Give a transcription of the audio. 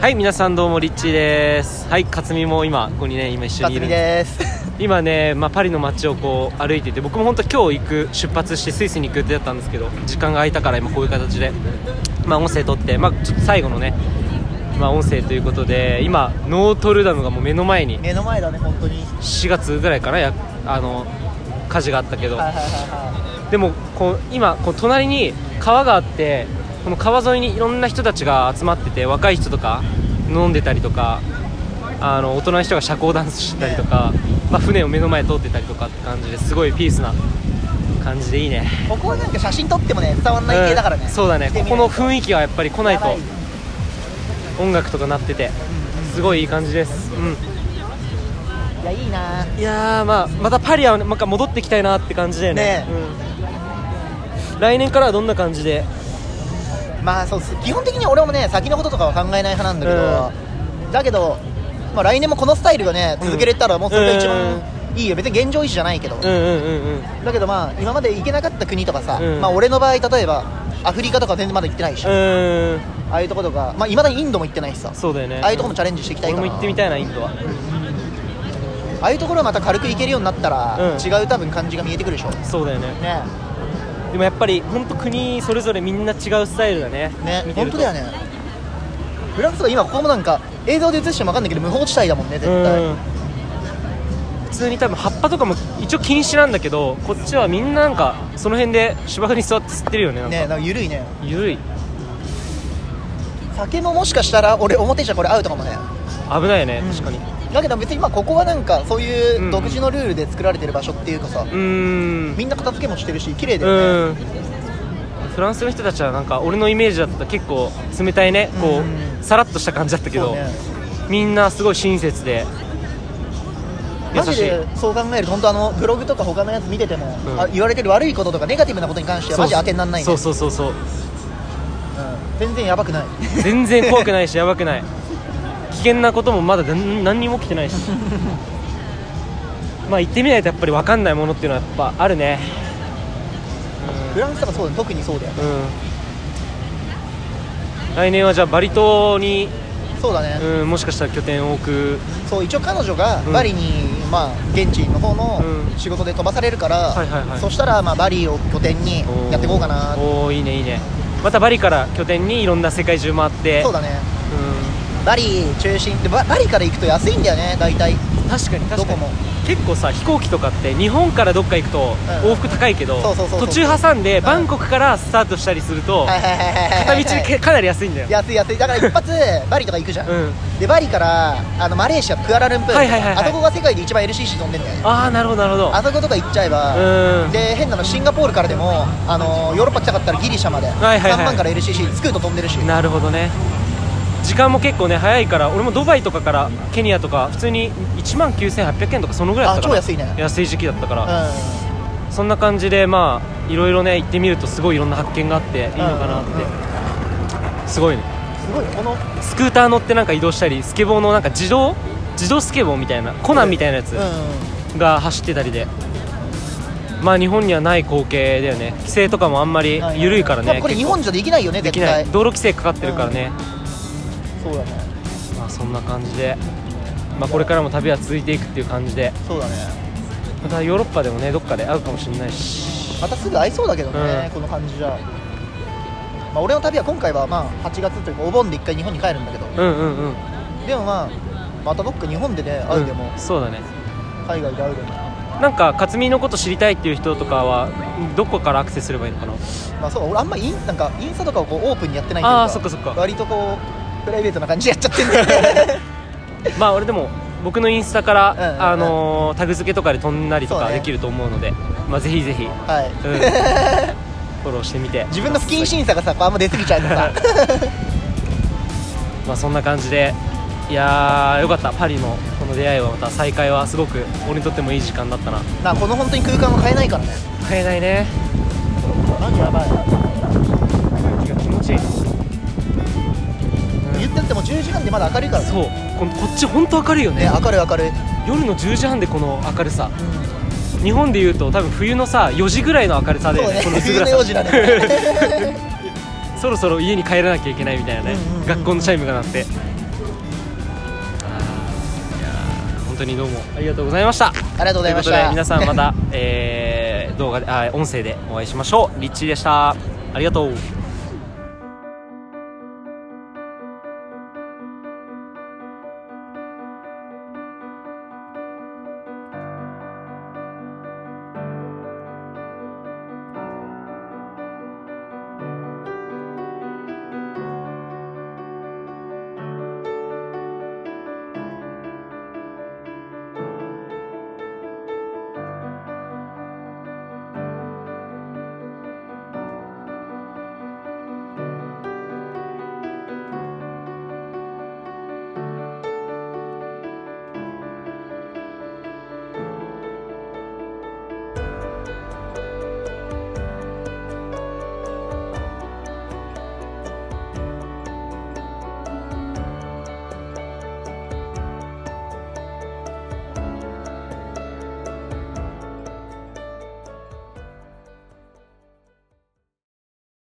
はい皆さんどうもリッチーですはい克実も今ここにね今一緒にいる辰巳です。今ね、まあ、パリの街をこう歩いてて僕も本当今日行く出発してスイスに行く予定だったんですけど時間が空いたから今こういう形で、まあ、音声撮って、まあ、ちょっと最後のね、まあ、音声ということで今ノートルダムがもう目の前に 目の前だね、本当に。 4月ぐらいかなやあの火事があったけどはいはいはでもこう今こう隣に川があってこの川沿いにいろんな人たちが集まってて若い人とか飲んでたりとかあの大人の人が社交ダンスしてたりとか、まあ、船を目の前通ってたりとかって感じですごいピースな感じでいいねいはい。ここはなんか写真撮ってもね、伝わんない系だからね。うんそうだね来てこみこないとの雰囲気はやっぱり来ないとやばい音楽とか鳴っててすごいいい感じです、うん、いや、いいな。いやーまあまたパリはなんか戻ってきたいなって感じだよねねうん、来年からはどんな感じでまあ、そうっす。基本的に俺もね、先のこととかは考えない派なんだけど。だけど、まあ、来年もこのスタイルがね、続けれたら、もうそれが一番いいよ。別に現状維持じゃないけど。うんうんうんうんだけど、まあ、今まで行けなかった国とかさ、うんまあ、俺の場合、例えば。アフリカとか全然まだ行ってないし、うあーんあいうとことか、まあ、いまだにインドも行ってないしさ。そうだよねああいうとこもチャレンジしていきたい俺かな。も行ってみたいなインドはああいうところはまた軽く行けるようになったら、うん違う多分感じが見えてくるでしょそうだよねねでもやっぱり本当国それぞれみんな違うスタイルだねね見て本る当とだよねフランスが今ここもなんか映像で映しても分かんないけど無法地帯だもんね絶対うん普通に多分葉っぱとかも一応禁止なんだけどこっちはみんななんかその辺で芝生に座って吸ってるよねなんかねなんか緩いねゆるい酒ももしかしたら俺表じゃこれ合うとかもね危ないよね、うん確かにうだけど別に今ここはなんかそうういんう独自のルールで作られてる場所っていうかさ、ーんみんな片付けもしてるし綺麗だよねうんフランスの人たちはなんか俺のイメージだったら結構冷たいねこううさらっとした感じだったけそど、うねみんなすごい親切で優マしジいでそう考えると本当あのブログとか他のやつ見てても、うんあ言われてる悪いこととかネガティブなことに関してはマジ当てになんないねそうそうそうそううん全然やばくない全然怖くない しやばくない危険なこともまだ何何にも起きて ないしまあ行ってみないとやっぱり分かんないものっていうのはやっぱあるねフランスとかそうだよ特にそうだようん来年はじゃあバリ島に、そうだね、うん、もしかしたら拠点を置くそう一応彼女がうんバリに、まあ、現地の方のうん仕事で飛ばされるから、はいはいはいそしたら、まあ、バリを拠点にやっていこうかなおーおーいいねいいねまたバリから拠点にいろんな世界中回ってそうだねうバリ中心でババリから行くと安いんだよね大体ん確かにど確かこにも結構さ飛行機とかって日本からどっか行くとうん往復高いけど、そうそうそうそ途う中挟んでんバンコクからスタートしたりすると、はいはいはいはい片はい道でけかなり安いんだよ、安い安いだから 一発バリとか行くじゃん、うん、でバリからあのマレーシアクアラルンプールとか、はいはいはいはいあそこが世界で一番 LCC 飛んでんだよねああなるほどなるほどあそことか行っちゃえば、うんで変なのシンガポールからでもあのヨーロッパ来たかったらギリシャまで、はいはいはい3万から LCC つくと飛んでるしなるほどね時間も結構ね早いから俺もドバイとかからケニアとか普通に1万9800円とかそのぐらいだったからあ超安いね安い時期だったから、うそんな感じでまあいろいろね行ってみるとすごいいろんな発見があっていいのかなって、うんうんすごいねんすごいこのスクーター乗ってなんか移動したりスケボーのなんか自動自動スケボーみたいなコナンみたいなやつうが走ってたりでまあ日本にはない光景だよね規制とかもあんまりん緩いからまあねこれ日本じゃできないよねでき絶な対い道路規制かかってるからね、そうだねまあそんな感じで、まあ、これからも旅は続いていくっていう感じでそうだねまたヨーロッパでもねどっかで会うかもしれないしまたすぐ会いそうだけどね、うんこの感じじゃまあ俺の旅は今回はまあ8月というかお盆で一回日本に帰るんだけどうんうんうんでもまあまたどっか日本でね会うでも、うんそうだね海外で会うでもなんか克実のこと知りたいっていう人とかはどこからアクセスすればいいのかなまあそう俺あんまインなんかインスタとかをこうオープンにやってないというあーそっかそっか割とこうプライベートな感じでやっちゃってん だよねまあ俺でも僕のインスタから、うんうんうんあのータグ付けとかで飛んだりとそかうねできると思うのでまあぜひぜ ひ、うんはい、フォローしてみて自分の不謹慎さがさあんま出過ぎちゃうのさ まあそんな感じでいやーよかったパリのこの出会いはまた再会はすごく俺にとってもいい時間だったななあこの本当に空間は変えないからね変えないねマジやばい空気が気持ちいい、言ってっても10時半でまだ明るいからねそうこのこっち本当明るいよねね明るい明るい、夜の10時半でこの明るさ日本でいうと多分冬のさ4時ぐらいの明るさで、そうねこの薄 冬暗さの4時だねそろそろ家に帰らなきゃいけないみたいなね、うんうんうん学校のチャイムが鳴って本当にどうもありがとうございましたありがとうございましたということで皆 さんまた、えー動画であ音声でお会いしましょうリッチーでしたありがとう